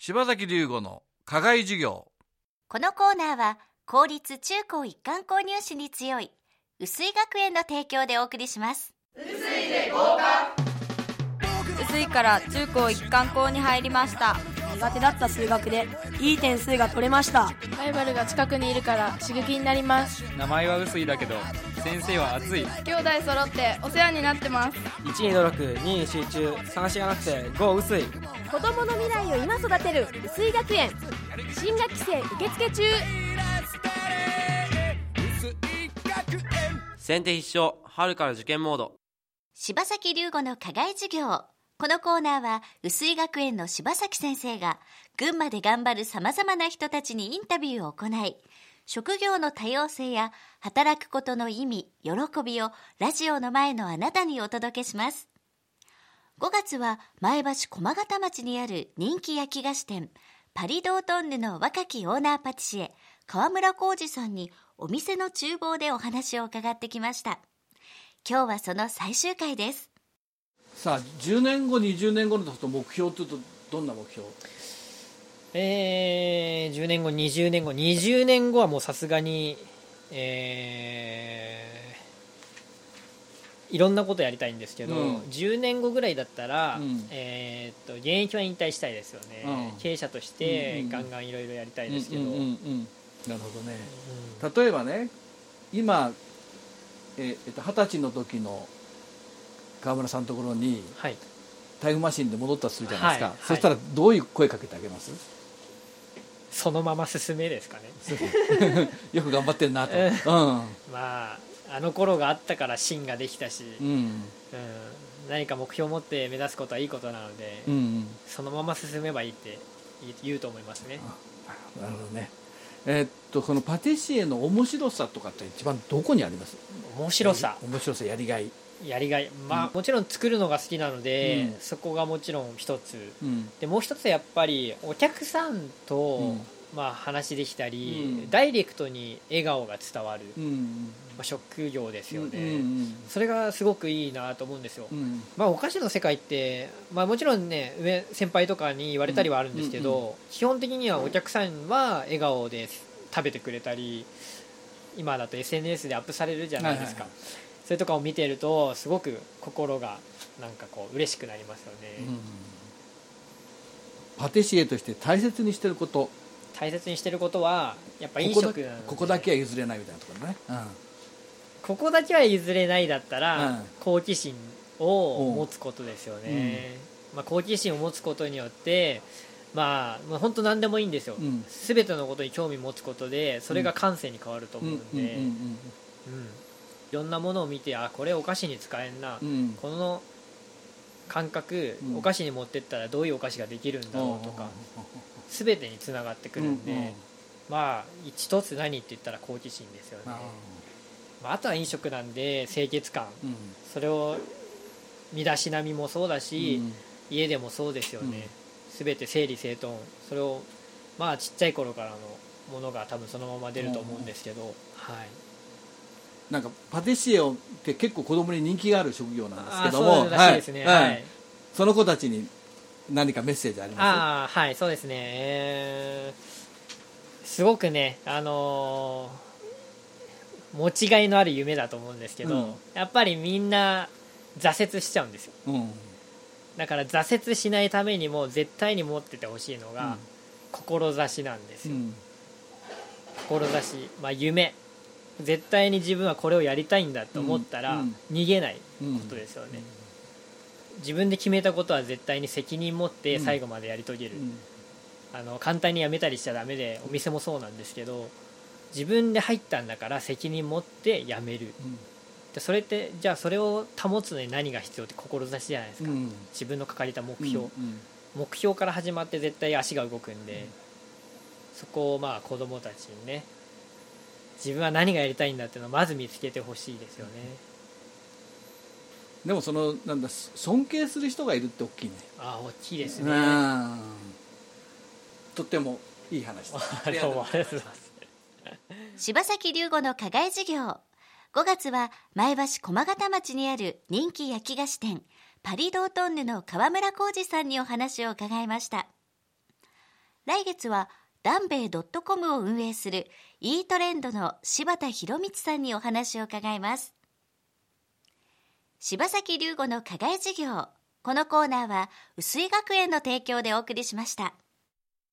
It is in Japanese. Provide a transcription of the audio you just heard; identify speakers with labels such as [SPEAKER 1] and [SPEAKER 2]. [SPEAKER 1] 柴崎龍吾の課外授業
[SPEAKER 2] このコーナーは公立中高一貫購入士に強い薄井学園の提供でお送りします
[SPEAKER 3] 薄いから中高一貫校に入りました
[SPEAKER 4] 苦手だった数学でいい点数が取れました
[SPEAKER 5] ライバルが近くにいるから刺激になります
[SPEAKER 6] 名前は薄いだけど先生は熱い
[SPEAKER 5] 兄弟揃ってお世話になってます
[SPEAKER 7] 1位努力2位集中3しがなくて5薄い
[SPEAKER 8] 子供の未来を今育てる薄井学園新学期生受付中
[SPEAKER 9] 先手必勝春から受験モード
[SPEAKER 2] 柴崎龍吾の課外授業このコーナーは薄井学園の柴崎先生が群馬で頑張るさまざまな人たちにインタビューを行い職業の多様性や働くことの意味喜びをラジオの前のあなたにお届けします5月は前橋駒形町にある人気焼き菓子店パリドートンヌの若きオーナーパティシエ川村浩二さんにお店の厨房でお話を伺ってきました今日はその最終回です
[SPEAKER 10] さあ10年後20年後のこと目標というとどんな目標
[SPEAKER 11] えー、10年後20年後20年後はもうさすがにえーいろんなことやりたいんですけど、
[SPEAKER 10] うん
[SPEAKER 11] 10年後ぐらいだったら、
[SPEAKER 10] うん
[SPEAKER 11] えーっと現役は引退したいですよね、
[SPEAKER 10] うん
[SPEAKER 11] 経営者とし
[SPEAKER 10] うん
[SPEAKER 11] て
[SPEAKER 10] うん
[SPEAKER 11] ガンガンいろいろやりたいですけど、
[SPEAKER 10] うんうんうんうんなるほどね例えばね今えーえっと二十歳の時の川村さんのところに
[SPEAKER 11] はい
[SPEAKER 10] タイムマシンで戻ったとするじゃないですか、
[SPEAKER 11] はいはい
[SPEAKER 10] そしたらどういう声かけてあげます
[SPEAKER 11] そのまま進めです かね
[SPEAKER 10] よく頑張ってるなと、
[SPEAKER 11] え
[SPEAKER 10] うん
[SPEAKER 11] まああの頃があったから芯ができたし、
[SPEAKER 10] う
[SPEAKER 11] うん
[SPEAKER 10] ん
[SPEAKER 11] 何か目標を持って目指すことはいいことなので、
[SPEAKER 10] うんうん
[SPEAKER 11] そのまま進めばいいって言う言うと思いますね
[SPEAKER 10] なるほどねえーっとこのパティシエの面白さとかって一番どこにあります
[SPEAKER 11] 面白さ
[SPEAKER 10] 面白さやりがい、
[SPEAKER 11] やりがいまあ、
[SPEAKER 10] うん
[SPEAKER 11] もちろん作るのが好きなので、
[SPEAKER 10] うん
[SPEAKER 11] そこがもちろん一つ
[SPEAKER 10] うん
[SPEAKER 11] でもう一つやっぱりお客さんと、
[SPEAKER 10] うん
[SPEAKER 11] まあ、話できたり、
[SPEAKER 10] うん
[SPEAKER 11] ダイレクトに笑顔が伝わる、
[SPEAKER 10] うん
[SPEAKER 11] ま
[SPEAKER 10] うん
[SPEAKER 11] あ、職業です
[SPEAKER 10] う
[SPEAKER 11] よ
[SPEAKER 10] ん
[SPEAKER 11] ね、
[SPEAKER 10] うん
[SPEAKER 11] それがすごくいいなと思うんですよ、
[SPEAKER 10] うん
[SPEAKER 11] まあ、お菓子の世界って、まあ、もちろんね上先輩とかに言われたりはあるんですけど、
[SPEAKER 10] うんうん
[SPEAKER 11] 基本的にはお客さんは笑顔で食べてくれたり今だと SNS でアップされるじゃないですか、
[SPEAKER 10] はいはい
[SPEAKER 11] それとかを見ているとすごく心がなんかこう嬉しくなりますよね、
[SPEAKER 10] うんパティシエとして大切にしてること
[SPEAKER 11] 大切にしてることはやっぱ
[SPEAKER 10] こ
[SPEAKER 11] 飲
[SPEAKER 10] こだ
[SPEAKER 11] 食なので
[SPEAKER 10] ここだけは譲れないみたいなところね、
[SPEAKER 11] ここだけは譲れないだったら、
[SPEAKER 10] うん
[SPEAKER 11] 好奇心を持つことですよね、まあ、好奇心を持つことによってまあ、まあ、本当何でもいいんですよ、
[SPEAKER 10] うん
[SPEAKER 11] すべ全てのことに興味持つことでそれが感性に変わると
[SPEAKER 10] う
[SPEAKER 11] 思
[SPEAKER 10] ん
[SPEAKER 11] う
[SPEAKER 10] うんんうん
[SPEAKER 11] でうんいろんなものを見てあこれお菓子に使えんな、
[SPEAKER 10] うんうん
[SPEAKER 11] この感覚、
[SPEAKER 10] うん
[SPEAKER 11] お菓子に持ってったらどういうお菓子ができるんだろうとかすべてにつながってくるんで、
[SPEAKER 10] うんうん
[SPEAKER 11] まあ一つ何って言ったら好奇心ですよね
[SPEAKER 10] ああ
[SPEAKER 11] まあ、あとは飲食なんで清潔感
[SPEAKER 10] うん
[SPEAKER 11] それを身だしなみもそうだし、
[SPEAKER 10] うん
[SPEAKER 11] 家でもそうですよね、全て整理整頓それをまあちっちゃい頃からのものが多分そのまま出ると思うんですけど、はい
[SPEAKER 10] なんかパティシエをって結構子供に人気がある職業なんです
[SPEAKER 11] あ
[SPEAKER 10] け
[SPEAKER 11] あ
[SPEAKER 10] ども
[SPEAKER 11] そうらしいですねはい、
[SPEAKER 10] その子たちに何かメッセージありま
[SPEAKER 11] ああはいそうですねえーすごくねあのー持ちがいのある夢だと思うんですけど、
[SPEAKER 10] うん
[SPEAKER 11] やっぱりみんな挫折しちゃうんですよ
[SPEAKER 10] すうん
[SPEAKER 11] だから挫折しないためにも絶対に持っててほしいの
[SPEAKER 10] う
[SPEAKER 11] が
[SPEAKER 10] ん
[SPEAKER 11] 志なんです
[SPEAKER 10] う
[SPEAKER 11] よ、
[SPEAKER 10] ん
[SPEAKER 11] 志、まあ、夢絶対に自分はこれをやりたいんだと思った
[SPEAKER 10] うん
[SPEAKER 11] ら
[SPEAKER 10] うん
[SPEAKER 11] 逃げない
[SPEAKER 10] うん
[SPEAKER 11] ことですよね、自分で決めたことは絶対に責任持って
[SPEAKER 10] うん
[SPEAKER 11] 最後までやり遂げる、
[SPEAKER 10] うん
[SPEAKER 11] あの簡単に辞めたりしちゃダメでお店もそうなんですけど自分で入ったんだから責任持って辞めるでそれってじゃあそれを保つのに何が必要って志じゃないです
[SPEAKER 10] うん
[SPEAKER 11] か、
[SPEAKER 10] うん
[SPEAKER 11] 自分の掲げた目標、
[SPEAKER 10] うん
[SPEAKER 11] 目標から始まって絶対足が動くんで、そこをまあ子供たちにね自分は何がやりたいんだっていうのをまず見つけてほしいですよね、
[SPEAKER 10] でもそのなんだ尊敬する人がいるって大きいね
[SPEAKER 11] あ あ大きいです
[SPEAKER 10] う
[SPEAKER 11] ね、
[SPEAKER 10] んとってもいい話です
[SPEAKER 11] あどうもありがとうございます
[SPEAKER 2] 柴崎龍吾の課外授業5月は前橋駒形町にある人気焼き菓子店パリドートンヌの川村浩二さんにお話を伺いました来月はダンベイ .com を運営する e トレンドの柴田博光さんにお話を伺います柴崎龍吾の課外授業このコーナーは薄井学園の提供でお送りしました。